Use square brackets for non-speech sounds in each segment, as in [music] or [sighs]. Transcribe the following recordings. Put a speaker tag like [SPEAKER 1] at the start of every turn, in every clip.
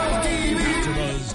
[SPEAKER 1] AfterBuzz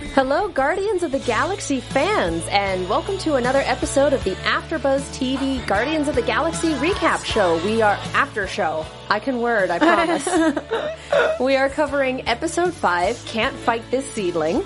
[SPEAKER 2] Hello, Guardians of the Galaxy fans, and welcome to another episode of the AfterBuzz TV Guardians of the Galaxy recap show. We are after show. I can word, I promise.
[SPEAKER 3] [laughs]
[SPEAKER 2] we are covering episode five, "Can't Fight This
[SPEAKER 3] [laughs]
[SPEAKER 2] Seedling,"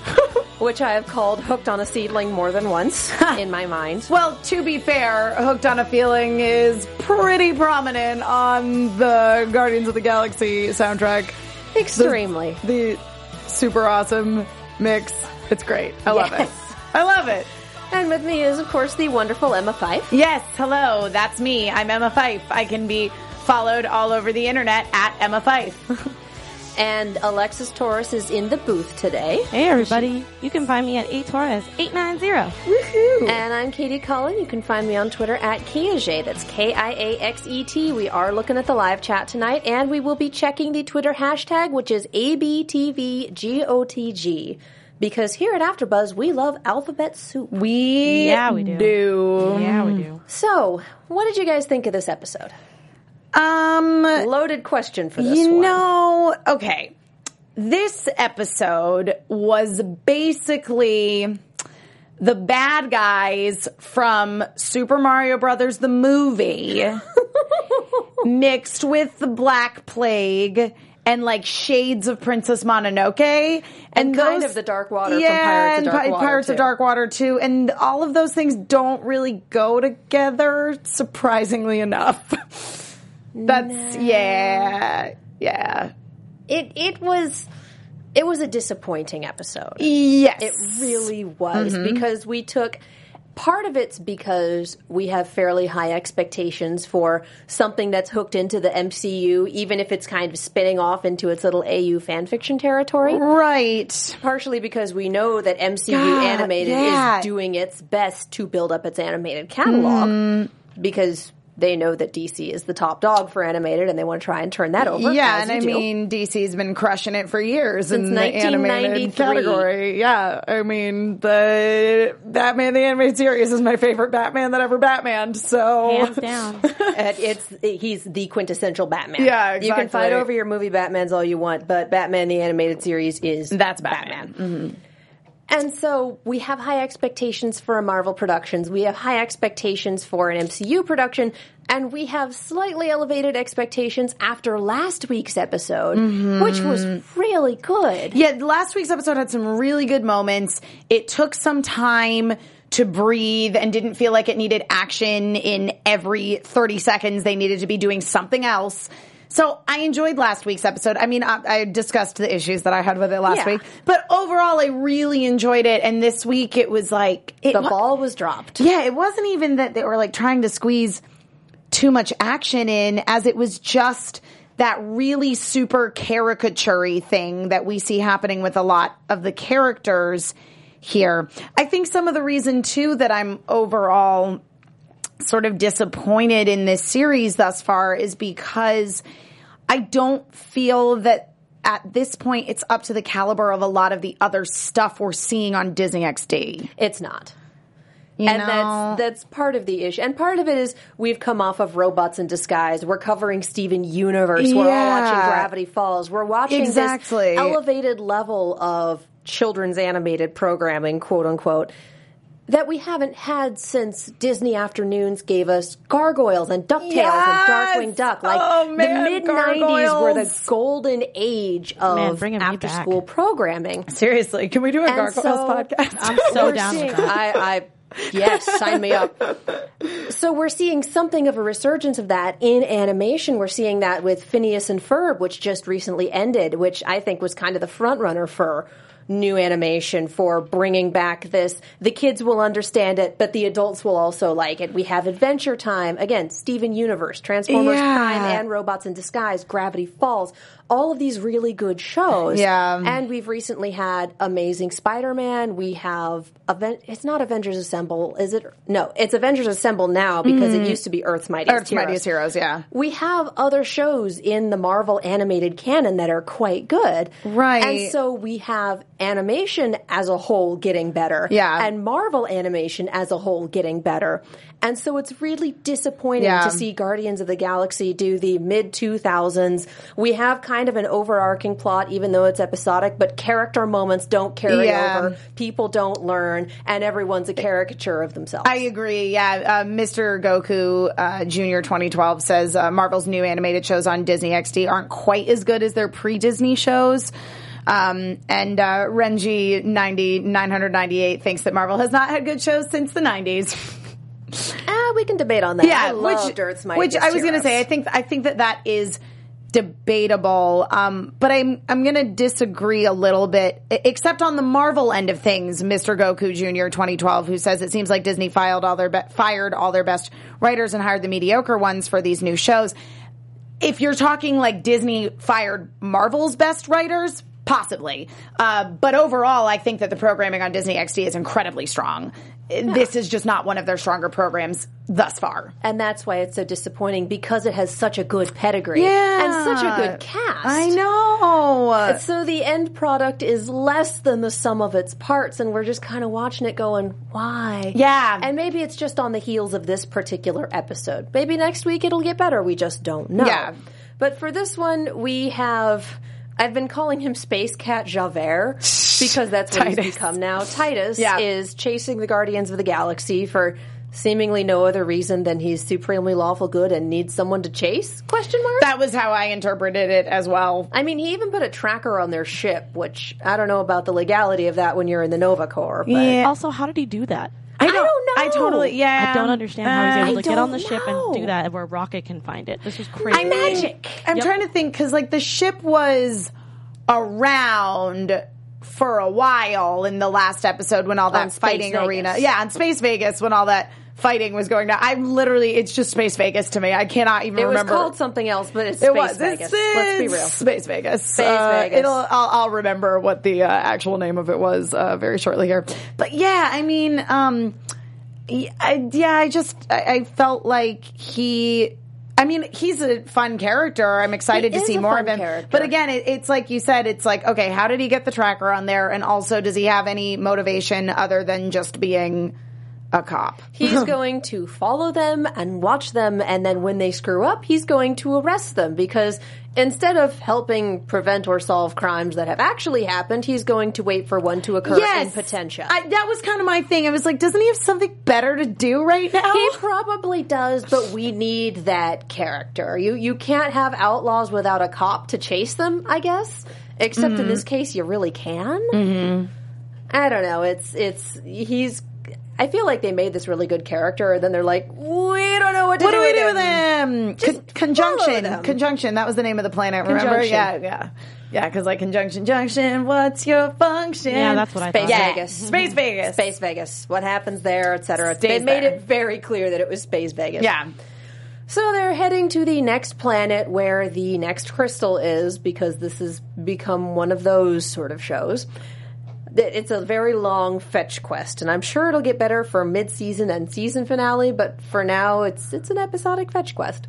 [SPEAKER 2] which I have called "Hooked on a Seedling" more than
[SPEAKER 3] [laughs]
[SPEAKER 2] once in my mind.
[SPEAKER 3] Well, to be fair, Hooked on a Feeling is pretty prominent on the Guardians of the Galaxy soundtrack.
[SPEAKER 2] Extremely.
[SPEAKER 3] The super awesome mix. It's great. I love
[SPEAKER 2] Yes.
[SPEAKER 3] it. I love it.
[SPEAKER 2] And with me is, of course, the wonderful Emma Fife.
[SPEAKER 3] Yes, hello, that's me. I'm Emma Fife. I can be followed all over the internet at Emma Fife.
[SPEAKER 2] And Alexis Torres is in the booth today.
[SPEAKER 4] Hey everybody, you can find me at A Torres 890.
[SPEAKER 2] And I'm Katie Cullen. You can find me on Twitter at Kiaxet. E That's K-I-A-X-E-T. E We are looking at the live chat tonight, and we will be checking the Twitter hashtag, which is ABTVGOTG. Because here at AfterBuzz, we love alphabet soup.
[SPEAKER 3] [laughs] We
[SPEAKER 4] Yeah, we do.
[SPEAKER 3] do.
[SPEAKER 4] Yeah, we do.
[SPEAKER 2] So, what did you guys think of this episode?
[SPEAKER 3] Um,
[SPEAKER 2] Loaded question for this
[SPEAKER 3] you
[SPEAKER 2] one.
[SPEAKER 3] know, okay. This episode was basically the bad guys from Super Mario Brothers the movie
[SPEAKER 2] [laughs]
[SPEAKER 3] mixed with the Black Plague and like shades of Princess Mononoke and,
[SPEAKER 2] kind
[SPEAKER 3] those-
[SPEAKER 2] of the Dark Water from
[SPEAKER 3] Yeah,
[SPEAKER 2] Pirates of
[SPEAKER 3] and
[SPEAKER 2] Dark
[SPEAKER 3] Pi-
[SPEAKER 2] Water,
[SPEAKER 3] Pirates of
[SPEAKER 2] too.
[SPEAKER 3] Dark Water too, and all of those things don't really go together surprisingly enough. [laughs] That's yeah, yeah,
[SPEAKER 2] it it was it was a disappointing episode.
[SPEAKER 3] yes.
[SPEAKER 2] It really was
[SPEAKER 3] Mm-hmm.
[SPEAKER 2] because we took part of it's because we have fairly high expectations for something that's hooked into the MCU, even if it's kind of spinning off into its little AU fanfiction territory.
[SPEAKER 3] right.
[SPEAKER 2] Partially because we know that MCU
[SPEAKER 3] Mm-hmm. God,
[SPEAKER 2] animated
[SPEAKER 3] yeah.
[SPEAKER 2] is doing its best to build up its animated catalog
[SPEAKER 3] Mm-hmm.
[SPEAKER 2] because they know that DC is the top dog for animated and they want to try and turn that over.
[SPEAKER 3] Yeah,
[SPEAKER 2] as
[SPEAKER 3] and
[SPEAKER 2] you
[SPEAKER 3] I
[SPEAKER 2] do.
[SPEAKER 3] mean DC's been crushing it for years
[SPEAKER 2] Since
[SPEAKER 3] in the animated
[SPEAKER 2] 1993.
[SPEAKER 3] category. Yeah, I mean the Batman the animated series is my favorite Batman that ever Batmaned. So
[SPEAKER 4] Mm. Hands
[SPEAKER 2] [laughs]
[SPEAKER 4] down.
[SPEAKER 2] And it's he's the quintessential Batman.
[SPEAKER 3] Yeah,
[SPEAKER 2] You can fight
[SPEAKER 3] exactly.
[SPEAKER 2] over your movie Batman's all you want, but Batman the animated series is
[SPEAKER 3] [laughs] That's Batman.
[SPEAKER 2] And so we have high expectations for a Marvel productions. We have high expectations for an MCU production, and we have slightly elevated expectations after last week's episode, which was
[SPEAKER 3] Mm-hmm.
[SPEAKER 2] really good.
[SPEAKER 3] Yeah, last week's episode had some really good moments. It took some time to breathe and didn't feel like it needed action in every 30 seconds. They needed to be doing something else. So I enjoyed last week's episode. I mean, I, I discussed the issues that I had with it last
[SPEAKER 2] Yeah.
[SPEAKER 3] week, but overall, I really enjoyed it. And this week, it was like it
[SPEAKER 2] The
[SPEAKER 3] wa-
[SPEAKER 2] ball was dropped.
[SPEAKER 3] yeah, it wasn't even that they were like trying to squeeze too much action in, as it was just that really super caricaturey thing that we see happening with a lot of the characters here. I think some of the reason too that I'm overall sort of disappointed in this series thus far is because I don't feel that at this point it's up to the caliber of a lot of the other stuff we're seeing on Disney XD.
[SPEAKER 2] It's not.
[SPEAKER 3] You
[SPEAKER 2] and
[SPEAKER 3] know?
[SPEAKER 2] that's that's part of the issue. And part of it is we've come off of robots in disguise. We're covering Steven Universe. We're all
[SPEAKER 3] Yeah.
[SPEAKER 2] watching Gravity Falls. We're watching
[SPEAKER 3] Exactly.
[SPEAKER 2] this elevated level of children's animated programming, quote unquote. That we haven't had since Disney afternoons gave us Gargoyles and DuckTales
[SPEAKER 3] Yes!
[SPEAKER 2] and Darkwing Duck. Like
[SPEAKER 3] Oh, man,
[SPEAKER 2] the mid nineties were the
[SPEAKER 3] Gargoyles.
[SPEAKER 2] golden age
[SPEAKER 4] Man,
[SPEAKER 2] of
[SPEAKER 4] bringing me
[SPEAKER 2] after school
[SPEAKER 4] back.
[SPEAKER 2] programming.
[SPEAKER 3] Seriously, can we do a
[SPEAKER 2] And
[SPEAKER 3] Gargoyles
[SPEAKER 2] so-
[SPEAKER 3] podcast?
[SPEAKER 4] I'm
[SPEAKER 2] [laughs]
[SPEAKER 4] so
[SPEAKER 2] We're
[SPEAKER 4] down
[SPEAKER 2] seeing-
[SPEAKER 4] with that.
[SPEAKER 2] I, I, yes, sign me up. So we're seeing something of a resurgence of that in animation. We're seeing that with Phineas and Ferb, which just recently ended, which I think was kind of the front runner for new animation for bringing back this. The kids will understand it, but the adults will also like it. We have Adventure Time again, Steven Universe, Transformers
[SPEAKER 3] Yeah.
[SPEAKER 2] Time, and Robots in Disguise, Gravity Falls. All of these really good shows.
[SPEAKER 3] Yeah.
[SPEAKER 2] and we've recently had Amazing Spider-Man. We have Aven- it's not Avengers Assemble, is it? No, it's Avengers Assemble now because it used to be Earth's Mightiest
[SPEAKER 3] Mm-hmm. Earth's Mightiest Heroes, yeah.
[SPEAKER 2] we have other shows in the Marvel animated canon that are quite good.
[SPEAKER 3] Right.
[SPEAKER 2] And so we have animation as a whole getting better.
[SPEAKER 3] Yeah.
[SPEAKER 2] And Marvel animation as a whole getting better. And so it's really disappointing
[SPEAKER 3] Yeah.
[SPEAKER 2] to see Guardians of the Galaxy do the mid 2000s. We have kind of an overarching plot, even though it's episodic, but character moments don't carry
[SPEAKER 3] Yeah.
[SPEAKER 2] over. People don't learn, and everyone's a caricature of themselves.
[SPEAKER 3] I agree. Yeah, uh, Mr. Goku uh, Junior 2012 says uh, Marvel's new animated shows on Disney XD aren't quite as good as their pre-Disney shows. Um, and uh, Renji 90 998 thinks that Marvel has not had good shows since the [laughs] 90s.
[SPEAKER 2] ah, we can debate on that. I loved Earth's
[SPEAKER 3] which
[SPEAKER 2] Mightiest
[SPEAKER 3] I was going to
[SPEAKER 2] Heroes.
[SPEAKER 3] say. I think I think that that is debatable. Um, but I'm I'm going to disagree a little bit, e- except on the Marvel end of things. Mr. Goku Jr. 2012, who says it seems like Disney filed all their be- fired all their best writers and hired the mediocre ones for these new shows. If you're talking like Disney fired Marvel's best writers. Possibly, uh, but overall, I think that the programming on Disney XD is incredibly strong. This is just not one of their stronger programs thus far.
[SPEAKER 2] And that's why it's so disappointing because it has such a good pedigree and such a good cast.
[SPEAKER 3] I know.
[SPEAKER 2] So the end product is less than the sum of its parts, and we're just kind of watching it going, why?
[SPEAKER 3] Yeah.
[SPEAKER 2] And maybe it's just on the heels of this particular episode. Maybe next week it'll get better. We just don't know.
[SPEAKER 3] Yeah.
[SPEAKER 2] But for this one, we have. I've been calling him Space Cat Javert because that's what he's
[SPEAKER 3] Titus.
[SPEAKER 2] become now. Titus
[SPEAKER 3] Yeah.
[SPEAKER 2] is chasing the Guardians of the Galaxy for seemingly no other reason than he's supremely lawful good and needs someone to chase? Question mark.
[SPEAKER 3] That was how I interpreted it as well.
[SPEAKER 2] I mean, he even put a tracker on their ship, which I don't know about the legality of that when you're in the Nova Corps. But
[SPEAKER 4] Also, how did he do that?
[SPEAKER 2] I don't know.
[SPEAKER 3] I totally. Yeah.
[SPEAKER 4] I don't understand how he's
[SPEAKER 3] Uh,
[SPEAKER 4] able to
[SPEAKER 2] I
[SPEAKER 4] get on the
[SPEAKER 2] don't
[SPEAKER 4] ship
[SPEAKER 2] know.
[SPEAKER 4] and do that, and where Rocket can find it. This was crazy.
[SPEAKER 3] I mean,
[SPEAKER 2] Magic.
[SPEAKER 3] I'm trying to think because like the ship was around for a while in the last episode when all that
[SPEAKER 2] Space
[SPEAKER 3] fighting
[SPEAKER 2] Vegas.
[SPEAKER 3] arena. Yeah, on Space Vegas when all that fighting was going down. I'm literally it's just Space Vegas to me. I cannot even
[SPEAKER 2] It was
[SPEAKER 3] remember.
[SPEAKER 2] called something else, but it's
[SPEAKER 3] It
[SPEAKER 2] Space
[SPEAKER 3] was.
[SPEAKER 2] Vegas.
[SPEAKER 3] It's, it's
[SPEAKER 2] Let's be real.
[SPEAKER 3] Space Vegas. Space
[SPEAKER 2] Vegas.
[SPEAKER 3] It'll. I'll, I'll remember what the uh, actual name of it was uh, very shortly here. But yeah, I mean, um, y- I, yeah, I just I, I felt like he. I mean, he's a fun character. I'm excited
[SPEAKER 2] He
[SPEAKER 3] to
[SPEAKER 2] is
[SPEAKER 3] see
[SPEAKER 2] a
[SPEAKER 3] more
[SPEAKER 2] fun
[SPEAKER 3] of him.
[SPEAKER 2] character.
[SPEAKER 3] But again, it, it's like you said. It's like okay, how did he get the tracker on there? And also, does he have any motivation other than just being a cop?
[SPEAKER 2] [laughs] He's going to follow them and watch them, and then when they screw up, he's going to arrest them because instead of helping prevent or solve crimes that have actually happened, he's going to wait for one to occur in potentia.
[SPEAKER 3] I, that was kind of my thing. I was like, doesn't he have something better to do right now?
[SPEAKER 2] He probably does, but we need that character. You you can't have outlaws without a cop to chase them, I guess. Except in this case, you really can. Mm-hmm. I don't know. It's it's he's. I feel like they made this really good character, and then they're like, we don't know what to
[SPEAKER 3] What
[SPEAKER 2] do.
[SPEAKER 3] do we do
[SPEAKER 2] with
[SPEAKER 3] with
[SPEAKER 2] him."
[SPEAKER 3] him? Con-
[SPEAKER 2] Just follow
[SPEAKER 3] conjunction.
[SPEAKER 2] them.
[SPEAKER 3] Conjunction. That was the name of the planet. Remember?
[SPEAKER 2] Conjunction.
[SPEAKER 3] Yeah, yeah, yeah. Because like conjunction, junction. What's your function?
[SPEAKER 4] yeah, that's what I
[SPEAKER 2] Space
[SPEAKER 4] thought.
[SPEAKER 3] Yeah.
[SPEAKER 2] Vegas.
[SPEAKER 3] [laughs] Space Vegas.
[SPEAKER 2] Space Vegas. What happens there, etc. They
[SPEAKER 3] Stays
[SPEAKER 2] made
[SPEAKER 3] there.
[SPEAKER 2] it very clear that it was Space Vegas.
[SPEAKER 3] Yeah.
[SPEAKER 2] So they're heading to the next planet where the next crystal is because this has become one of those sort of shows. That It's a very long fetch quest, and I'm sure it'll get better for mid-season and season finale. But for now, it's it's an episodic fetch quest,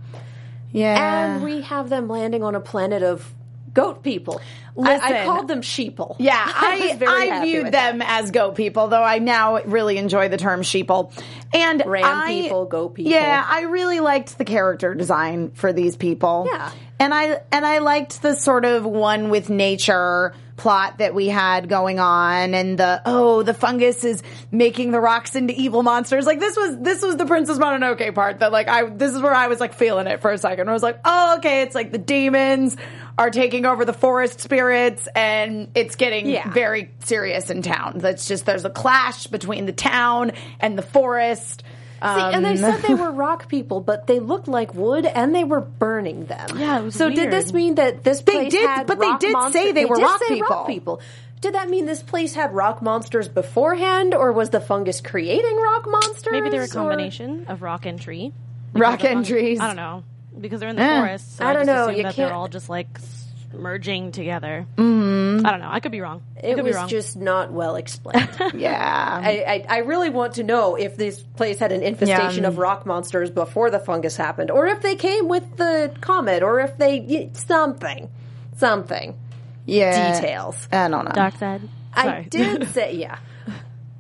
[SPEAKER 3] Yeah.
[SPEAKER 2] and we have them landing on a planet of goat people. I, I
[SPEAKER 3] Listen.
[SPEAKER 2] called them sheeple.
[SPEAKER 3] Yeah,
[SPEAKER 2] [laughs] I was
[SPEAKER 3] I
[SPEAKER 2] very
[SPEAKER 3] I
[SPEAKER 2] happy
[SPEAKER 3] viewed
[SPEAKER 2] with that.
[SPEAKER 3] them as goat people, though I now really enjoy the term sheeple. And
[SPEAKER 2] Ram
[SPEAKER 3] I-
[SPEAKER 2] people, goat people.
[SPEAKER 3] Yeah, I really liked the character design for these people.
[SPEAKER 2] Yeah.
[SPEAKER 3] And I and I liked the sort of one with nature plot that we had going on and the oh the fungus is making the rocks into evil monsters like this was this was the princess mononoke part that like I this is where I was like feeling it for a second I was like oh okay it's like the demons are taking over the forest spirits and it's getting
[SPEAKER 2] Yeah.
[SPEAKER 3] very serious in town that's just there's a clash between the town and the forest
[SPEAKER 2] See, and they
[SPEAKER 3] Um,
[SPEAKER 2] said
[SPEAKER 3] [laughs]
[SPEAKER 2] they were rock people, but they looked like wood, and they were burning them.
[SPEAKER 4] Yeah, it was
[SPEAKER 2] so did
[SPEAKER 4] weird.
[SPEAKER 2] this mean that this
[SPEAKER 3] They
[SPEAKER 2] place
[SPEAKER 3] did-
[SPEAKER 2] had
[SPEAKER 3] but they
[SPEAKER 2] rock
[SPEAKER 3] did say
[SPEAKER 2] monster-
[SPEAKER 3] they were
[SPEAKER 2] did
[SPEAKER 3] rock
[SPEAKER 2] say
[SPEAKER 3] people.
[SPEAKER 2] Did that mean this place had rock monsters beforehand, or was the fungus creating rock monsters?
[SPEAKER 4] Maybe they're a
[SPEAKER 2] or-
[SPEAKER 4] combination of rock and tree.
[SPEAKER 3] Rock and trees.
[SPEAKER 4] I don't know because they're in the
[SPEAKER 3] Eh.
[SPEAKER 4] forest. So
[SPEAKER 2] I
[SPEAKER 4] I,
[SPEAKER 2] don't
[SPEAKER 4] just
[SPEAKER 2] know,
[SPEAKER 4] assume
[SPEAKER 2] you
[SPEAKER 4] that
[SPEAKER 2] can't-
[SPEAKER 4] they're all just like s- merging together. Mm. I don't know. I could be wrong. I
[SPEAKER 2] Mm-hmm. It
[SPEAKER 4] could be
[SPEAKER 2] was
[SPEAKER 4] wrong.
[SPEAKER 2] just not well explained.
[SPEAKER 3] [laughs]
[SPEAKER 4] [laughs]
[SPEAKER 3] Yeah.
[SPEAKER 2] I, I, I really want to know if this place had an infestation
[SPEAKER 3] Yeah. um,
[SPEAKER 2] of rock monsters before the fungus happened, or if they came with the comet, or if they y- something, something
[SPEAKER 3] yeah.
[SPEAKER 2] details.
[SPEAKER 3] I don't know.
[SPEAKER 4] dark side.
[SPEAKER 2] I
[SPEAKER 4] Sorry.
[SPEAKER 3] [laughs]
[SPEAKER 2] did say yeah.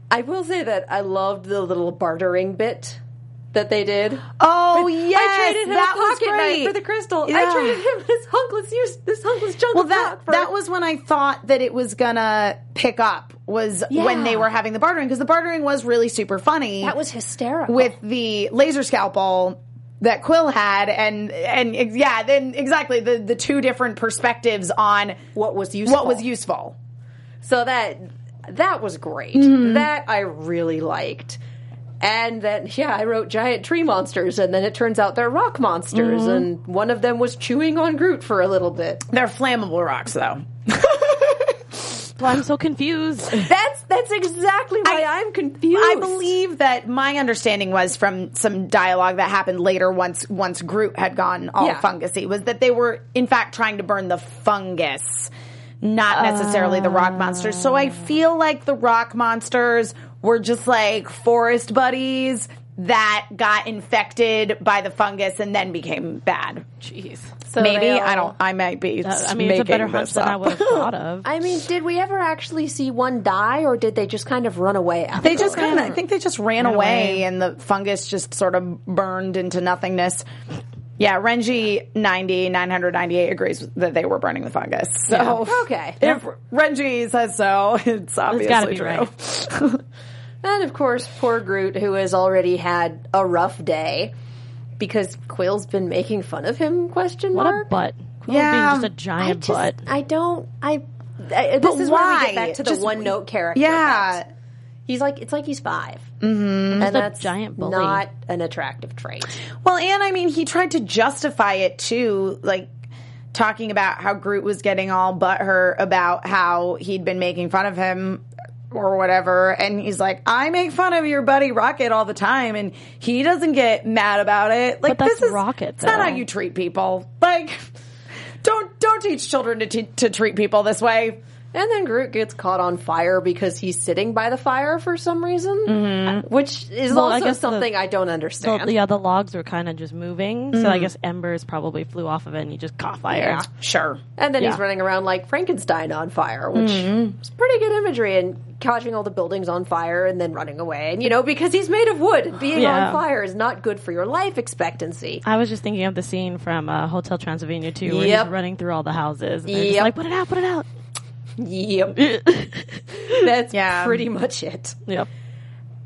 [SPEAKER 2] I will say that I loved the little bartering bit that they did.
[SPEAKER 3] Oh yes,
[SPEAKER 2] I traded him
[SPEAKER 3] that
[SPEAKER 2] a
[SPEAKER 3] was
[SPEAKER 2] pocket knife
[SPEAKER 3] great.
[SPEAKER 2] for the crystal. I
[SPEAKER 3] Yeah.
[SPEAKER 2] traded him this hunkless use this hunkless chunk
[SPEAKER 3] Well,
[SPEAKER 2] of
[SPEAKER 3] that
[SPEAKER 2] rock for
[SPEAKER 3] that was when I thought that it was gonna pick up. Was when they
[SPEAKER 2] Yeah.
[SPEAKER 3] were having the bartering because the bartering was really super funny.
[SPEAKER 2] that was hysterical.
[SPEAKER 3] with the laser scalpel that Quill had, and and yeah, then exactly the the two different perspectives on
[SPEAKER 2] what was useful.
[SPEAKER 3] what was useful.
[SPEAKER 2] So that that was great.
[SPEAKER 3] Mm-hmm.
[SPEAKER 2] That I really liked. And then yeah, I wrote giant tree monsters and then it turns out they're rock monsters
[SPEAKER 3] Mm-hmm.
[SPEAKER 2] and one of them was chewing on Groot for a little bit.
[SPEAKER 3] They're flammable rocks, though.
[SPEAKER 4] Well, I'm so confused. [laughs]
[SPEAKER 2] That's that's exactly why I,
[SPEAKER 3] I-
[SPEAKER 2] am confused.
[SPEAKER 3] I believe that my understanding was from some dialogue that happened later once once Groot had gone all
[SPEAKER 2] Yeah.
[SPEAKER 3] fungusy was that they were in fact trying to burn the fungus, not necessarily the rock monsters. So I feel like the rock monsters were just like forest buddies that got infected by the fungus and then became bad.
[SPEAKER 4] Jeez.
[SPEAKER 2] So
[SPEAKER 3] Maybe
[SPEAKER 2] they all-
[SPEAKER 3] I don't. I might be.
[SPEAKER 4] I mean, it's
[SPEAKER 3] making
[SPEAKER 4] a better hunch
[SPEAKER 3] this
[SPEAKER 4] than I
[SPEAKER 3] up.
[SPEAKER 4] would have
[SPEAKER 2] [laughs]
[SPEAKER 4] thought of.
[SPEAKER 2] I mean, did we ever actually see one die or did they just kind of run away after?
[SPEAKER 3] They just kind of, I think they just ran, away,
[SPEAKER 4] away.
[SPEAKER 3] and the fungus just sort of burned into nothingness. Yeah, Renji 90, 998 agrees that they were burning the fungus. So,
[SPEAKER 2] Okay.
[SPEAKER 3] if Renji says so, [laughs] it's obviously
[SPEAKER 4] gotta be
[SPEAKER 3] true.
[SPEAKER 4] right.
[SPEAKER 2] And of course, poor Groot, who has already had a rough day because Quill's been making fun of him. Question
[SPEAKER 4] what a
[SPEAKER 2] mark.
[SPEAKER 4] butt. Quill
[SPEAKER 3] Yeah.
[SPEAKER 4] being just a
[SPEAKER 2] I
[SPEAKER 4] giant
[SPEAKER 2] just,
[SPEAKER 4] butt.
[SPEAKER 2] I don't. I. I this
[SPEAKER 3] But
[SPEAKER 2] is where we
[SPEAKER 3] why?
[SPEAKER 2] get back to the
[SPEAKER 3] Just-
[SPEAKER 2] one note character.
[SPEAKER 3] Yeah.
[SPEAKER 2] effect. He's like it's like he's 5 mm-hmm. and that's
[SPEAKER 4] giant bully.
[SPEAKER 2] not an attractive trait.
[SPEAKER 3] Well, and I mean, he tried to justify it too, like talking about how Groot was getting all butthurt about how he'd been making fun of him or whatever. And he's like, I make fun of your buddy Rocket all the time, and he doesn't get mad about it. Like,
[SPEAKER 4] that's
[SPEAKER 3] this is
[SPEAKER 4] Rocket,
[SPEAKER 3] It's not
[SPEAKER 4] though.
[SPEAKER 3] how you treat people. Like, don't don't teach children to te- to treat people this way.
[SPEAKER 2] And then Groot gets caught on fire because he's sitting by the fire for some reason, which is
[SPEAKER 4] Mm-hmm. Well, I
[SPEAKER 2] also
[SPEAKER 4] guess the-
[SPEAKER 2] something I don't understand.
[SPEAKER 4] So, yeah, the logs were kind of just moving, so I guess embers probably flew off of it and he just caught fire.
[SPEAKER 2] Mm. Yeah.
[SPEAKER 3] Sure.
[SPEAKER 2] And then he's
[SPEAKER 3] Yeah.
[SPEAKER 2] running around like Frankenstein on fire, which
[SPEAKER 4] Mm-hmm.
[SPEAKER 2] is pretty good imagery and catching all the buildings on fire and then running away. And you know, because he's made of wood, and being
[SPEAKER 4] Yeah.
[SPEAKER 2] on fire is not good for your life expectancy.
[SPEAKER 4] I was just thinking of the scene from uh, Hotel Transylvania 2 where
[SPEAKER 2] Yep.
[SPEAKER 4] he's running through all the houses. And they're
[SPEAKER 2] Yep.
[SPEAKER 4] just like, put it out, put it out.
[SPEAKER 2] Yep.
[SPEAKER 4] [laughs]
[SPEAKER 2] That's
[SPEAKER 3] Yeah.
[SPEAKER 2] pretty much it.
[SPEAKER 4] Yep.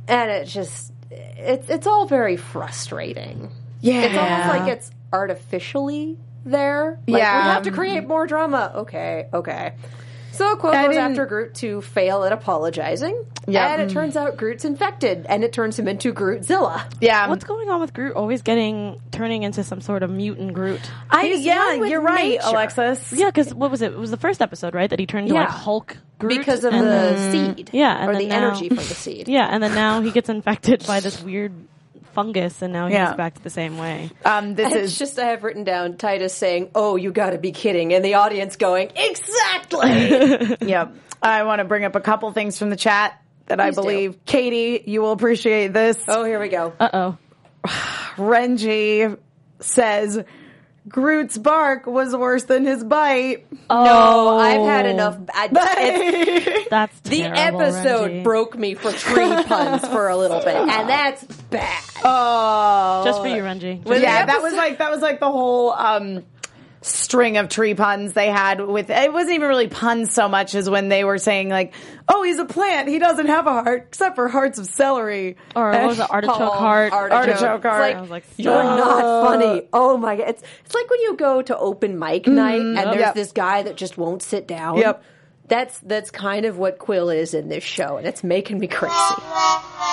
[SPEAKER 2] And it just it's it's all very frustrating.
[SPEAKER 3] Yeah.
[SPEAKER 2] It's almost like it's artificially there. Like, We
[SPEAKER 3] Yeah.
[SPEAKER 2] have to create more drama. Okay, okay. So Quill
[SPEAKER 3] I
[SPEAKER 2] goes
[SPEAKER 3] didn't-
[SPEAKER 2] after Groot to fail at apologizing.
[SPEAKER 3] Yep.
[SPEAKER 2] And
[SPEAKER 4] Mm.
[SPEAKER 2] it turns out Groot's infected, and it turns him into Grootzilla.
[SPEAKER 3] yeah.
[SPEAKER 4] What's going on with Groot always getting, turning into some sort of mutant Groot?
[SPEAKER 3] I,
[SPEAKER 2] He's
[SPEAKER 3] yeah,
[SPEAKER 2] one with
[SPEAKER 3] you're right,
[SPEAKER 2] nature.
[SPEAKER 3] Alexis.
[SPEAKER 4] Yeah, because what was it? It was the first episode, right? That he turned into like
[SPEAKER 2] Yeah.
[SPEAKER 4] Hulk Groot.
[SPEAKER 2] Because of
[SPEAKER 4] and
[SPEAKER 2] the
[SPEAKER 4] then-
[SPEAKER 2] seed.
[SPEAKER 4] Yeah, and
[SPEAKER 2] Or the
[SPEAKER 4] then now-
[SPEAKER 2] energy from the
[SPEAKER 4] [laughs]
[SPEAKER 2] seed.
[SPEAKER 4] Yeah, and then now he gets [laughs] infected by this weird fungus and now he's
[SPEAKER 3] Yeah.
[SPEAKER 4] back to the same way.
[SPEAKER 3] Um, this
[SPEAKER 2] It's
[SPEAKER 3] is
[SPEAKER 2] just I have written down Titus saying, "Oh, you got to be kidding," and the audience going, "Exactly."
[SPEAKER 3] Yep. I want to bring up a couple things from the chat that I
[SPEAKER 2] Please do.
[SPEAKER 3] believe, Katie, you will appreciate this.
[SPEAKER 2] oh, here we go.
[SPEAKER 4] Uh-oh.
[SPEAKER 3] Renji says Groot's bark was worse than his bite.
[SPEAKER 2] no, I've had
[SPEAKER 4] [laughs]
[SPEAKER 2] enough. I, it's-
[SPEAKER 4] Oh, That's
[SPEAKER 2] the
[SPEAKER 4] terrible,
[SPEAKER 2] episode
[SPEAKER 4] Renji.
[SPEAKER 2] broke me for three puns for a little bit, and that's bad.
[SPEAKER 3] Oh,
[SPEAKER 4] Just for you, Renji.
[SPEAKER 2] Well,
[SPEAKER 3] [laughs] yeah.
[SPEAKER 2] the
[SPEAKER 3] That was like that was like the whole um, string of tree puns they had with. It wasn't even really puns so much as when they were saying like, "Oh, he's a plant. He doesn't have a heart except for hearts of celery."
[SPEAKER 4] or what was it? Artichoke
[SPEAKER 2] Paul,
[SPEAKER 4] heart.
[SPEAKER 3] Artichoke
[SPEAKER 2] It's
[SPEAKER 3] heart.
[SPEAKER 2] like,
[SPEAKER 4] I was like,
[SPEAKER 2] you're
[SPEAKER 4] stop.
[SPEAKER 2] not funny. Oh my god! It's it's like when you go to open mic night and there's
[SPEAKER 3] Mm-hmm. Yep.
[SPEAKER 2] this guy that just won't sit down.
[SPEAKER 3] Yep.
[SPEAKER 2] That's that's kind of what Quill is in this show, and it's making me [laughs] crazy.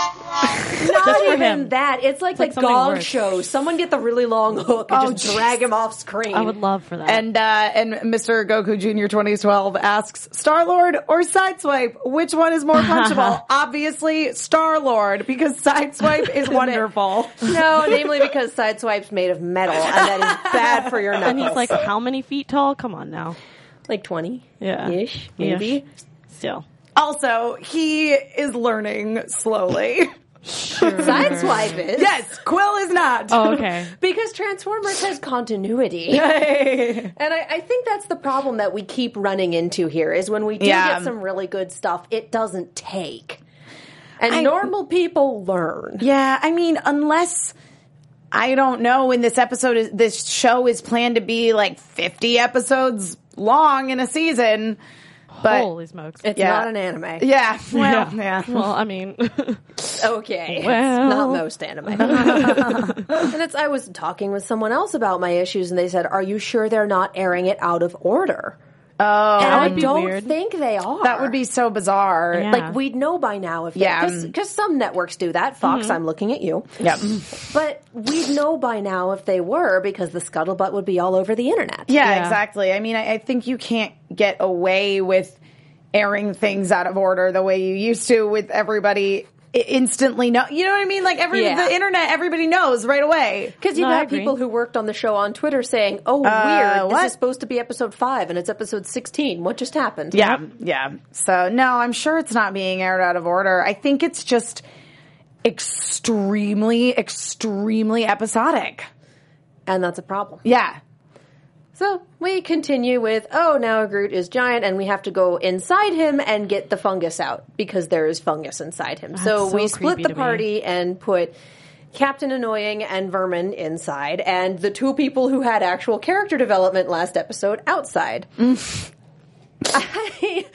[SPEAKER 2] Not even
[SPEAKER 4] him.
[SPEAKER 2] that. It's like
[SPEAKER 4] like
[SPEAKER 2] the
[SPEAKER 4] something
[SPEAKER 2] Gog
[SPEAKER 4] worse.
[SPEAKER 2] show. Someone get the really long hook and
[SPEAKER 3] Oh,
[SPEAKER 2] just
[SPEAKER 3] jeez.
[SPEAKER 2] drag him off screen.
[SPEAKER 4] I would love for that.
[SPEAKER 3] And uh, and Mr. Goku Junior 2012 asks Star Lord or Sideswipe, which one is more
[SPEAKER 4] [laughs]
[SPEAKER 3] punchable? Obviously, Star Lord because Sideswipe is wonderful.
[SPEAKER 2] [laughs] no, namely because Sideswipe's made of metal, and that is bad [laughs] for your knuckles.
[SPEAKER 4] and he's like, how many feet tall? Come on now.
[SPEAKER 2] like twenty,
[SPEAKER 4] Yeah.
[SPEAKER 2] ish, maybe.
[SPEAKER 4] Ish. Still.
[SPEAKER 3] also, he is learning
[SPEAKER 4] [laughs]
[SPEAKER 3] slowly.
[SPEAKER 2] Sideswipe is
[SPEAKER 3] yes, Quill is not.
[SPEAKER 4] Oh, okay.
[SPEAKER 2] because Transformers has continuity. And I, I think that's the problem that we keep running into here is when we do
[SPEAKER 3] Yeah.
[SPEAKER 2] get some really good stuff, it doesn't take. And normal people learn.
[SPEAKER 3] [laughs] Yeah, I mean, unless I don't know when this episode is this show is planned to be like 50 episodes long in a season. But
[SPEAKER 4] Holy smokes.
[SPEAKER 2] It's
[SPEAKER 3] Yeah.
[SPEAKER 2] not an anime.
[SPEAKER 4] [laughs]
[SPEAKER 3] yeah, well, yeah.
[SPEAKER 4] well, I mean, [laughs]
[SPEAKER 2] Okay.
[SPEAKER 4] Well.
[SPEAKER 2] It's not most
[SPEAKER 3] [laughs]
[SPEAKER 2] anime. and it's I was talking with someone else about my issues and they said, Are you sure they're not airing it out of order? Oh, and I
[SPEAKER 4] would be
[SPEAKER 2] don't
[SPEAKER 4] weird.
[SPEAKER 2] think they are.
[SPEAKER 3] That would be so bizarre.
[SPEAKER 4] Yeah.
[SPEAKER 2] like we'd know by now if
[SPEAKER 3] Yeah. um, mm-hmm.
[SPEAKER 2] because some networks do that. Fox, I'm looking at you.
[SPEAKER 3] Yep.
[SPEAKER 2] But we'd know by now if they were because the scuttlebutt would be all over the internet.
[SPEAKER 3] Yeah,
[SPEAKER 4] Yeah.
[SPEAKER 3] exactly. I mean, I, I think you can't get away with airing things out of order the way you used to with everybody i- instantly know. You know what I mean? Like every
[SPEAKER 2] Yeah.
[SPEAKER 3] the internet, everybody knows right away.
[SPEAKER 2] Because you've
[SPEAKER 4] No, I
[SPEAKER 2] got
[SPEAKER 4] agree.
[SPEAKER 2] people who worked on the show on Twitter saying, "Oh, weird!
[SPEAKER 3] what?
[SPEAKER 2] This is supposed to be episode five, and it's episode sixteen. What just happened?"
[SPEAKER 3] Yeah, yeah. So no, I'm sure it's not being aired out of order. I think it's just extremely, extremely episodic.
[SPEAKER 2] and that's a problem.
[SPEAKER 3] Yeah.
[SPEAKER 2] So we continue with, "Oh, now Groot is giant, and we have to go inside him and get the fungus out because there is fungus inside him." So,
[SPEAKER 4] so
[SPEAKER 2] we split
[SPEAKER 4] creepy
[SPEAKER 2] the
[SPEAKER 4] to me.
[SPEAKER 2] party and put. Captain Annoying and Vermin inside, and the two people who had actual character development last episode
[SPEAKER 3] [laughs]
[SPEAKER 2] outside. [laughs] I,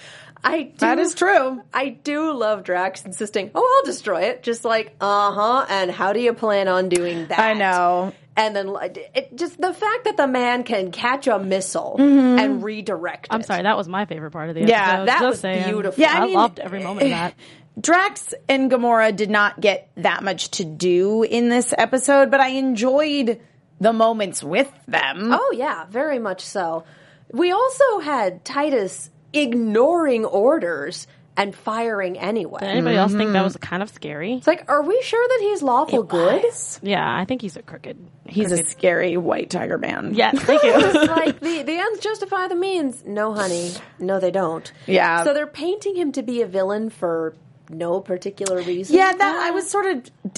[SPEAKER 2] I do
[SPEAKER 3] That is true.
[SPEAKER 2] I do love Drax insisting, "Oh, I'll destroy it." Just like, "Uh huh." And how do you plan on doing that?
[SPEAKER 3] I know.
[SPEAKER 2] And then like, it, just the fact that the man can catch a missile
[SPEAKER 3] Mm-hmm.
[SPEAKER 2] and redirect.
[SPEAKER 4] I'm
[SPEAKER 2] it.
[SPEAKER 4] sorry. That was my favorite part of the
[SPEAKER 3] Yeah,
[SPEAKER 4] episode.
[SPEAKER 2] that
[SPEAKER 4] Just
[SPEAKER 2] was
[SPEAKER 4] saying.
[SPEAKER 2] beautiful.
[SPEAKER 3] Yeah, I
[SPEAKER 4] I
[SPEAKER 3] mean-
[SPEAKER 4] loved every moment of that.
[SPEAKER 3] [sighs] Drax and Gamora did not get that much to do in this episode, but I enjoyed the moments with them.
[SPEAKER 2] Oh yeah, very much so. We also had Titus ignoring orders and firing anyway.
[SPEAKER 4] Anybody else think that was kind of scary?
[SPEAKER 2] It's like, are we sure that he's lawful good?
[SPEAKER 4] Yeah, I think he's a crooked.
[SPEAKER 3] He's a
[SPEAKER 4] crooked.
[SPEAKER 3] scary white tiger man.
[SPEAKER 4] Yes, thank you.
[SPEAKER 2] [laughs] like the the ends justify the means. No, honey, no, they don't.
[SPEAKER 3] Yeah.
[SPEAKER 2] So they're painting him to be a villain for no particular reason.
[SPEAKER 3] Yeah, that I was sort of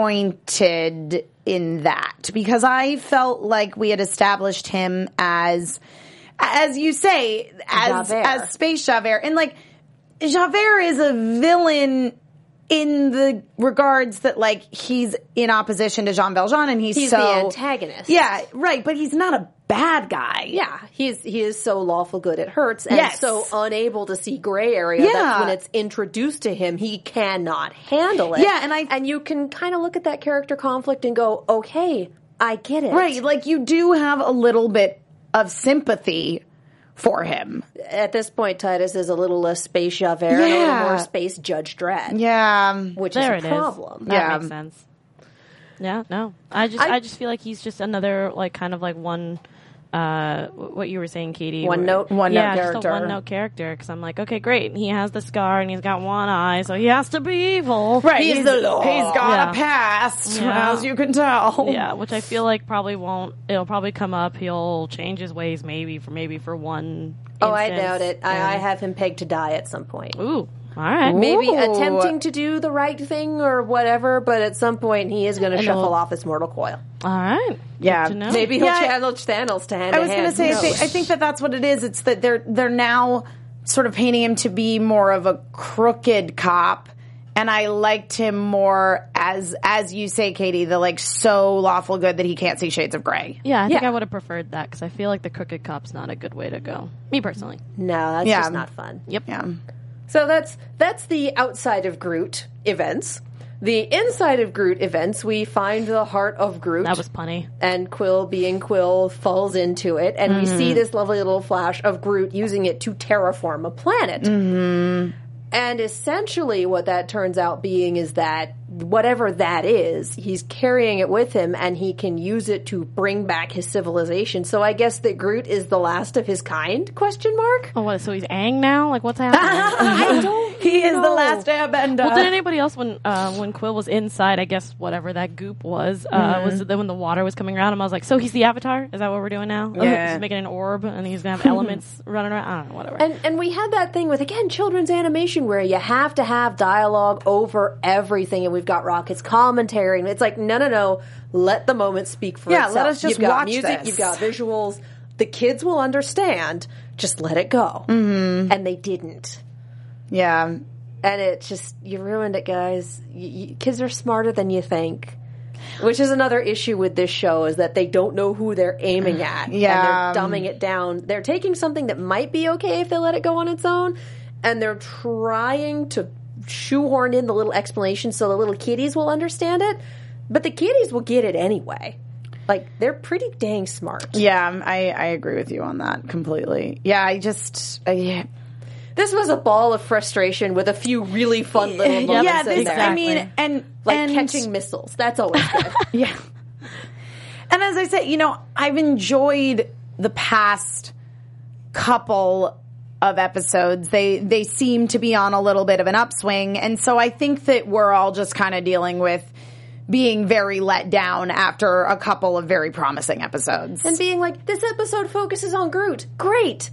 [SPEAKER 3] disappointed in that because I felt like we had established him as as you say, as
[SPEAKER 2] Javert.
[SPEAKER 3] as space Javert. And like Javert is a villain in the regards that like he's in opposition to Jean Valjean and he's,
[SPEAKER 2] He's
[SPEAKER 3] so
[SPEAKER 2] the antagonist.
[SPEAKER 3] Yeah, right, but he's not a bad guy.
[SPEAKER 2] Yeah, he is, he is so lawful good it hurts and
[SPEAKER 3] Yes.
[SPEAKER 2] so unable to see gray area
[SPEAKER 3] Yeah.
[SPEAKER 2] that when it's introduced to him, he cannot handle it.
[SPEAKER 3] Yeah, and I-
[SPEAKER 2] and you can kind of look at that character conflict and go, okay, I get it.
[SPEAKER 3] Right, like you do have a little bit of sympathy for him.
[SPEAKER 2] At this point, Titus is a little less space Javert and a
[SPEAKER 3] Yeah.
[SPEAKER 2] little more space Judge Dredd.
[SPEAKER 3] Yeah.
[SPEAKER 2] Which
[SPEAKER 4] there it
[SPEAKER 2] is
[SPEAKER 4] is.
[SPEAKER 2] a problem.
[SPEAKER 4] That
[SPEAKER 3] Yeah.
[SPEAKER 4] makes sense. Yeah, no. I just
[SPEAKER 2] I-
[SPEAKER 4] I, just feel like he's just another like kind of like one uh wh- what you were saying, Katie.
[SPEAKER 2] One
[SPEAKER 4] where-
[SPEAKER 2] note- one
[SPEAKER 3] note
[SPEAKER 4] yeah, Just
[SPEAKER 3] character.
[SPEAKER 4] a one note character cuz I'm like, okay, great. He has the scar and he's got one eye, so he has to be evil.
[SPEAKER 3] Right. He's,
[SPEAKER 2] the law.
[SPEAKER 3] He's got
[SPEAKER 4] Yeah.
[SPEAKER 3] a past,
[SPEAKER 4] Yeah.
[SPEAKER 3] as you can tell.
[SPEAKER 4] Yeah, which I feel like probably won't it'll probably come up. He'll change his ways maybe for maybe for one
[SPEAKER 2] Oh, I
[SPEAKER 4] instance,
[SPEAKER 2] doubt it. I, I
[SPEAKER 4] and-
[SPEAKER 2] have him pegged to die at some point.
[SPEAKER 4] Ooh. All right.
[SPEAKER 2] Maybe
[SPEAKER 3] Ooh.
[SPEAKER 2] attempting to do the right thing or whatever, but at some point he is going to shuffle
[SPEAKER 4] it'll-
[SPEAKER 2] off his mortal coil.
[SPEAKER 4] All right.
[SPEAKER 3] Yeah.
[SPEAKER 4] Good to know.
[SPEAKER 2] Maybe he'll
[SPEAKER 3] Yeah, I-
[SPEAKER 2] channel Thanos to hand.
[SPEAKER 3] I was
[SPEAKER 2] going to
[SPEAKER 3] say, I,
[SPEAKER 2] Who
[SPEAKER 3] think, I
[SPEAKER 2] knows?
[SPEAKER 3] think that that's what it is. It's that they're they're now sort of painting him to be more of a crooked cop, and I liked him more as as you say, Katie, the like so lawful good that he can't see shades of gray.
[SPEAKER 4] Yeah, I think
[SPEAKER 2] Yeah.
[SPEAKER 4] I would have preferred that because I feel like the crooked cop's not a good way to go. Me personally.
[SPEAKER 2] no, that's
[SPEAKER 3] Yeah.
[SPEAKER 2] just not fun.
[SPEAKER 4] Yep.
[SPEAKER 3] Yeah.
[SPEAKER 2] So that's that's the outside of Groot events. The inside of Groot events, we find the heart of Groot.
[SPEAKER 4] That was punny.
[SPEAKER 2] and Quill being Quill falls into it, and we see this lovely little flash of Groot using it to terraform a planet. Mm-hmm. And essentially, what that turns out being is that whatever that is, he's carrying it with him, and he can use it to bring back his civilization. So I guess that Groot is the last of his kind? Question mark.
[SPEAKER 4] Oh, what? So he's Ang now? Like, what's happening?
[SPEAKER 2] [laughs] I [laughs] don't.
[SPEAKER 3] He is the
[SPEAKER 2] know.
[SPEAKER 3] last airbender.
[SPEAKER 4] Well, did anybody else when uh, when Quill was inside? I guess whatever that goop was uh, was then when the water was coming around him. I was like, so he's the Avatar? Is that what we're doing now? Oh,
[SPEAKER 3] Yeah.
[SPEAKER 4] he's making an orb and he's gonna have elements running around. I don't know, whatever.
[SPEAKER 2] And and we had that thing with again children's animation where you have to have dialogue over everything, and we've got Rocket's commentary, and it's like no, no, no, let the moment speak for
[SPEAKER 3] Yeah, let
[SPEAKER 2] itself.
[SPEAKER 3] us just
[SPEAKER 2] you've got
[SPEAKER 3] watch
[SPEAKER 2] music,
[SPEAKER 3] this.
[SPEAKER 2] you've got visuals, the kids will understand. Just let it go, mm-hmm. and they didn't.
[SPEAKER 3] yeah.
[SPEAKER 2] And it just you ruined it, guys. You, you, kids are smarter than you think. Which is another issue with this show is that they don't know who they're
[SPEAKER 3] [sighs]
[SPEAKER 2] aiming at.
[SPEAKER 3] Yeah.
[SPEAKER 2] And they're dumbing it down. They're taking something that might be okay if they let it go on its own, and they're trying to shoehorn in the little explanation so the little kiddies will understand it. But the kiddies will get it anyway. Like they're pretty dang smart.
[SPEAKER 3] Yeah, I, I agree with you on that completely. Yeah, I just I,
[SPEAKER 2] This was a ball of frustration with a few really fun little moments
[SPEAKER 3] [laughs] yeah,
[SPEAKER 2] in
[SPEAKER 3] this
[SPEAKER 2] there.
[SPEAKER 3] I mean, and
[SPEAKER 2] like
[SPEAKER 3] and,
[SPEAKER 2] catching missiles. That's always
[SPEAKER 3] [laughs]
[SPEAKER 2] good.
[SPEAKER 3] yeah. And as I said, you know, I've enjoyed the past couple of episodes. They they seem to be on a little bit of an upswing, and so I think that we're all just kind of dealing with being very let down after a couple of very promising episodes.
[SPEAKER 2] and being like, this episode focuses on Groot. Great.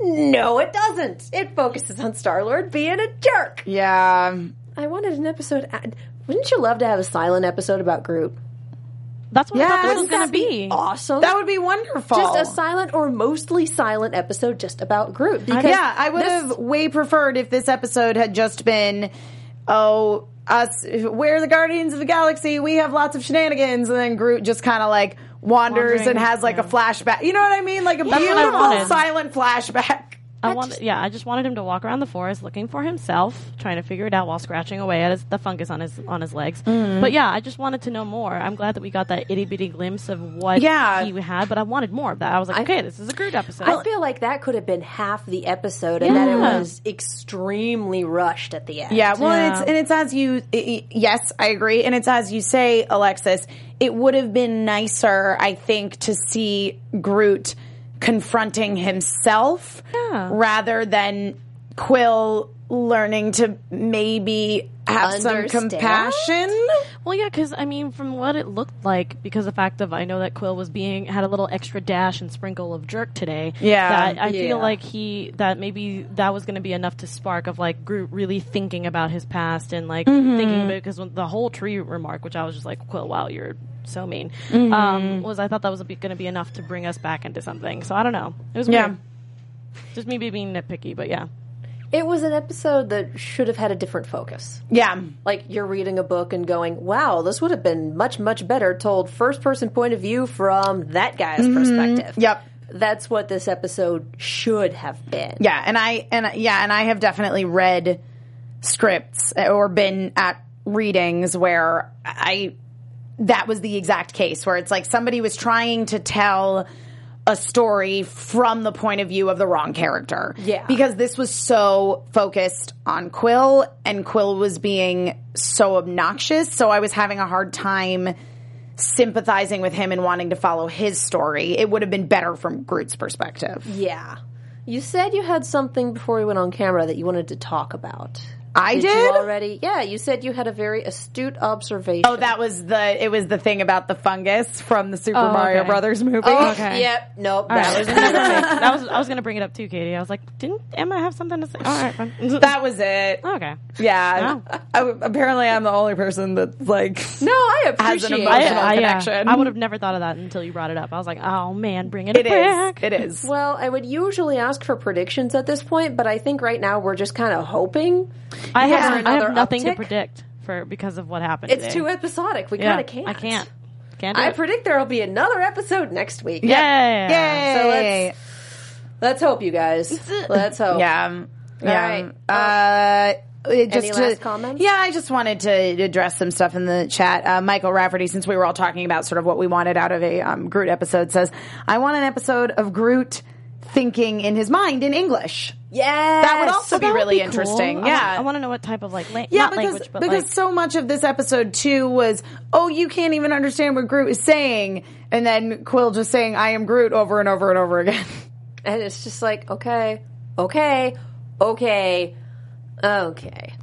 [SPEAKER 2] No, it doesn't. It focuses on Star Lord being a jerk.
[SPEAKER 3] yeah.
[SPEAKER 2] I wanted an episode. Wouldn't you love to have a silent episode about Groot?
[SPEAKER 4] That's what I thought
[SPEAKER 3] Yes.
[SPEAKER 4] this was gonna be.
[SPEAKER 2] Awesome.
[SPEAKER 3] That would be wonderful.
[SPEAKER 2] just a silent or mostly silent episode just about Groot. Because
[SPEAKER 3] yeah, I would have way preferred if this episode had just been, oh, us, we're the Guardians of the Galaxy, we have lots of shenanigans, and then Groot just kind of like wanders
[SPEAKER 4] Wandering,
[SPEAKER 3] and has like a
[SPEAKER 4] yeah.
[SPEAKER 3] flashback. You know what I mean? Like a
[SPEAKER 4] what I
[SPEAKER 3] beautiful
[SPEAKER 4] wanted.
[SPEAKER 3] silent flashback.
[SPEAKER 4] I wanted, yeah, I just wanted him to walk around the forest looking for himself, trying to figure it out while scratching away at his, the fungus on his on his legs. But yeah, I just wanted to know more. I'm glad that we got that itty bitty glimpse of what
[SPEAKER 3] Yeah.
[SPEAKER 4] he had, but I wanted more of that. I was like, okay, this is a Groot episode.
[SPEAKER 2] I feel like that could have been half the episode and that it
[SPEAKER 4] Yeah.
[SPEAKER 2] was extremely rushed at the end.
[SPEAKER 3] Yeah, well, And, it's,
[SPEAKER 4] Yeah.
[SPEAKER 3] and it's as you, i- i- yes, I agree. And it's as you say, Alexis, it would have been nicer, I think, to see Groot confronting himself
[SPEAKER 4] Yeah.
[SPEAKER 3] rather than Quill learning to maybe have some
[SPEAKER 2] Understand?
[SPEAKER 3] compassion.
[SPEAKER 4] Well, yeah, because I mean, from what it looked like, because the fact of I know that Quill was being had a little extra dash and sprinkle of jerk today.
[SPEAKER 3] Yeah.
[SPEAKER 4] that I
[SPEAKER 2] Yeah.
[SPEAKER 4] feel like he that maybe that was going to be enough to spark of like Groot really thinking about his past and like
[SPEAKER 3] Mm-hmm.
[SPEAKER 4] thinking about because the whole tree remark, which I was just like, Quill, wow, you're so mean.
[SPEAKER 3] Mm-hmm.
[SPEAKER 4] Um, was I thought that was going to be enough to bring us back into something. So I don't know. It was
[SPEAKER 3] Yeah.
[SPEAKER 4] weird. Just me being nitpicky, but yeah.
[SPEAKER 2] It was an episode that should have had a different focus.
[SPEAKER 3] Yeah.
[SPEAKER 2] like you're reading a book and going, "Wow, this would have been much much better told first person point of view from that guy's perspective."
[SPEAKER 3] Yep.
[SPEAKER 2] That's what this episode should have been.
[SPEAKER 3] Yeah, and I and yeah, and I have definitely read scripts eh, or been at readings where I that was the exact case where it's like somebody was trying to tell a story from the point of view of the wrong character.
[SPEAKER 2] Yeah.
[SPEAKER 3] Because this was so focused on Quill and Quill was being so obnoxious, so I was having a hard time sympathizing with him and wanting to follow his story. It would have been better from Groot's perspective.
[SPEAKER 2] Yeah. You said you had something before we went on camera that you wanted to talk about.
[SPEAKER 3] I
[SPEAKER 2] you
[SPEAKER 3] did?
[SPEAKER 2] already. Yeah, you said you had a very astute observation.
[SPEAKER 3] Oh, that was the it was the thing about the fungus from the Super Mario
[SPEAKER 4] okay.
[SPEAKER 3] Brothers movie.
[SPEAKER 2] Oh,
[SPEAKER 4] okay.
[SPEAKER 2] Yep. Nope. that
[SPEAKER 4] [laughs]
[SPEAKER 2] was
[SPEAKER 4] that was I was going to bring it up too, Katie. I was like, didn't Emma have something to say? All right, fine.
[SPEAKER 3] [laughs] That was it.
[SPEAKER 4] okay.
[SPEAKER 3] Yeah.
[SPEAKER 4] Oh. Wow.
[SPEAKER 3] [laughs] I, apparently, I'm the only person that's like.
[SPEAKER 2] No, I
[SPEAKER 3] Has an
[SPEAKER 2] appreciate
[SPEAKER 3] emotional
[SPEAKER 2] that.
[SPEAKER 4] I, yeah.
[SPEAKER 3] connection.
[SPEAKER 4] I would have never thought of that until you brought it up. I was like, oh man, bring it,
[SPEAKER 3] It is. [laughs]
[SPEAKER 4] back.
[SPEAKER 3] It is.
[SPEAKER 2] Well, I would usually ask for predictions at this point, but I think right now we're just kind of hoping.
[SPEAKER 4] I
[SPEAKER 3] Yeah.
[SPEAKER 4] have, I
[SPEAKER 2] Another
[SPEAKER 4] have nothing
[SPEAKER 2] uptick?
[SPEAKER 4] to predict for because of what happened.
[SPEAKER 2] It's
[SPEAKER 4] today.
[SPEAKER 2] too episodic. We
[SPEAKER 4] Yeah,
[SPEAKER 2] kind of can't.
[SPEAKER 4] I can't. Can't. Do
[SPEAKER 2] I
[SPEAKER 4] it.
[SPEAKER 2] predict there will be another episode next week.
[SPEAKER 4] Yeah.
[SPEAKER 3] Yay.
[SPEAKER 2] Let's hope, you guys. Let's hope.
[SPEAKER 3] yeah.
[SPEAKER 2] All right.
[SPEAKER 3] Yeah. Uh, it just to-
[SPEAKER 2] last comments?
[SPEAKER 3] Yeah, I just wanted to address some stuff in the chat. Uh, Michael Rafferty, since we were all talking about sort of what we wanted out of a um, Groot episode, says, "I want an episode of Groot thinking in his mind in English."
[SPEAKER 2] Yeah,
[SPEAKER 3] That would also be
[SPEAKER 4] That would
[SPEAKER 3] really
[SPEAKER 4] cool.
[SPEAKER 3] interesting.
[SPEAKER 4] I wa-
[SPEAKER 3] Yeah,
[SPEAKER 4] I, want to know what type of like, la-
[SPEAKER 3] yeah,
[SPEAKER 4] not
[SPEAKER 3] because
[SPEAKER 4] language, but
[SPEAKER 3] because
[SPEAKER 4] like,
[SPEAKER 3] so much of this episode too was oh you can't even understand what Groot is saying, and then Quill just saying I am Groot over and over and over again. [laughs]
[SPEAKER 2] and it's just like okay, okay, okay, okay.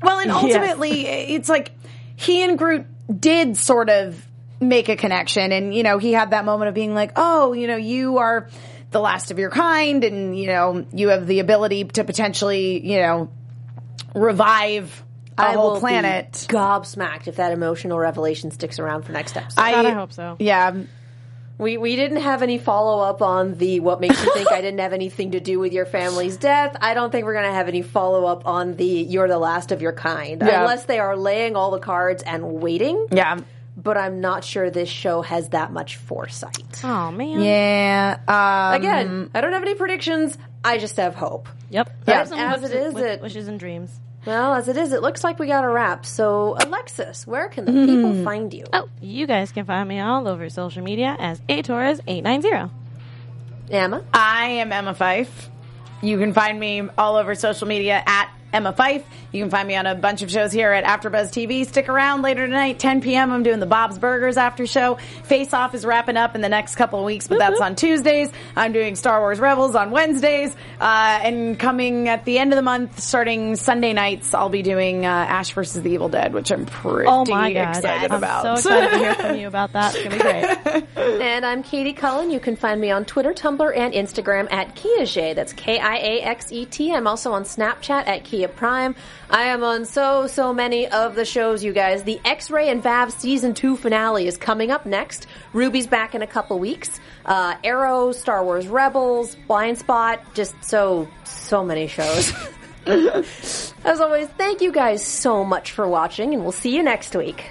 [SPEAKER 3] Well, and ultimately it's like he and Groot did sort of make a connection, and you know he had that moment of being like oh you know you are the last of your kind, and you know you have the ability to potentially you know revive a
[SPEAKER 2] I will
[SPEAKER 3] whole
[SPEAKER 2] be
[SPEAKER 3] planet.
[SPEAKER 2] gobsmacked if that emotional revelation sticks around for next episode.
[SPEAKER 4] God, I hope so.
[SPEAKER 3] Yeah.
[SPEAKER 2] we we didn't have any follow up on the what makes you think I didn't have anything to do with your family's death. I don't think we're gonna have any follow up on the you're the last of your kind
[SPEAKER 3] Yeah.
[SPEAKER 2] unless they are laying all the cards and waiting.
[SPEAKER 3] Yeah.
[SPEAKER 2] But I'm not sure this show has that much foresight.
[SPEAKER 4] oh man,
[SPEAKER 3] Yeah. Um,
[SPEAKER 2] Again, I don't have any predictions. I just have hope.
[SPEAKER 4] yep.
[SPEAKER 3] Yeah.
[SPEAKER 4] There's some
[SPEAKER 2] As
[SPEAKER 4] wishes-
[SPEAKER 2] it is, it-
[SPEAKER 4] wishes and dreams.
[SPEAKER 2] Well, as it is, it looks like we got a wrap. So, Alexis, where can the people find you?
[SPEAKER 4] Oh, you guys can find me all over social media as a Torres eight nine zero.
[SPEAKER 2] Emma?
[SPEAKER 3] I am Emma Fife. You can find me all over social media at Emma Fife. You can find me on a bunch of shows here at AfterBuzz TV. Stick around later tonight, 10 p.m. I'm doing the Bob's Burgers after show. Face Off is wrapping up in the next couple of weeks, but that's on Tuesdays. I'm doing Star Wars Rebels on Wednesdays, uh, and coming at the end of the month, starting Sunday nights, I'll be doing uh, Ash versus the Evil Dead, which I'm pretty
[SPEAKER 4] Oh my god,
[SPEAKER 3] excited
[SPEAKER 4] I'm
[SPEAKER 3] about. [laughs]
[SPEAKER 4] so excited to hear from you about that. It's gonna be great.
[SPEAKER 2] And I'm Katie Cullen. You can find me on Twitter, Tumblr, and Instagram at Kiaxe. That's K-I-A-X-E-T. I'm E also on Snapchat at Kia Prime. I am on so, so many of the shows, you guys. The X-Ray and Vav Season 2 finale is coming up next. Ruby's back in a couple weeks. Uh, Arrow, Star Wars Rebels, Blind Spot, just so, so many shows. [laughs] As always, thank you guys so much for watching, and we'll see you next week.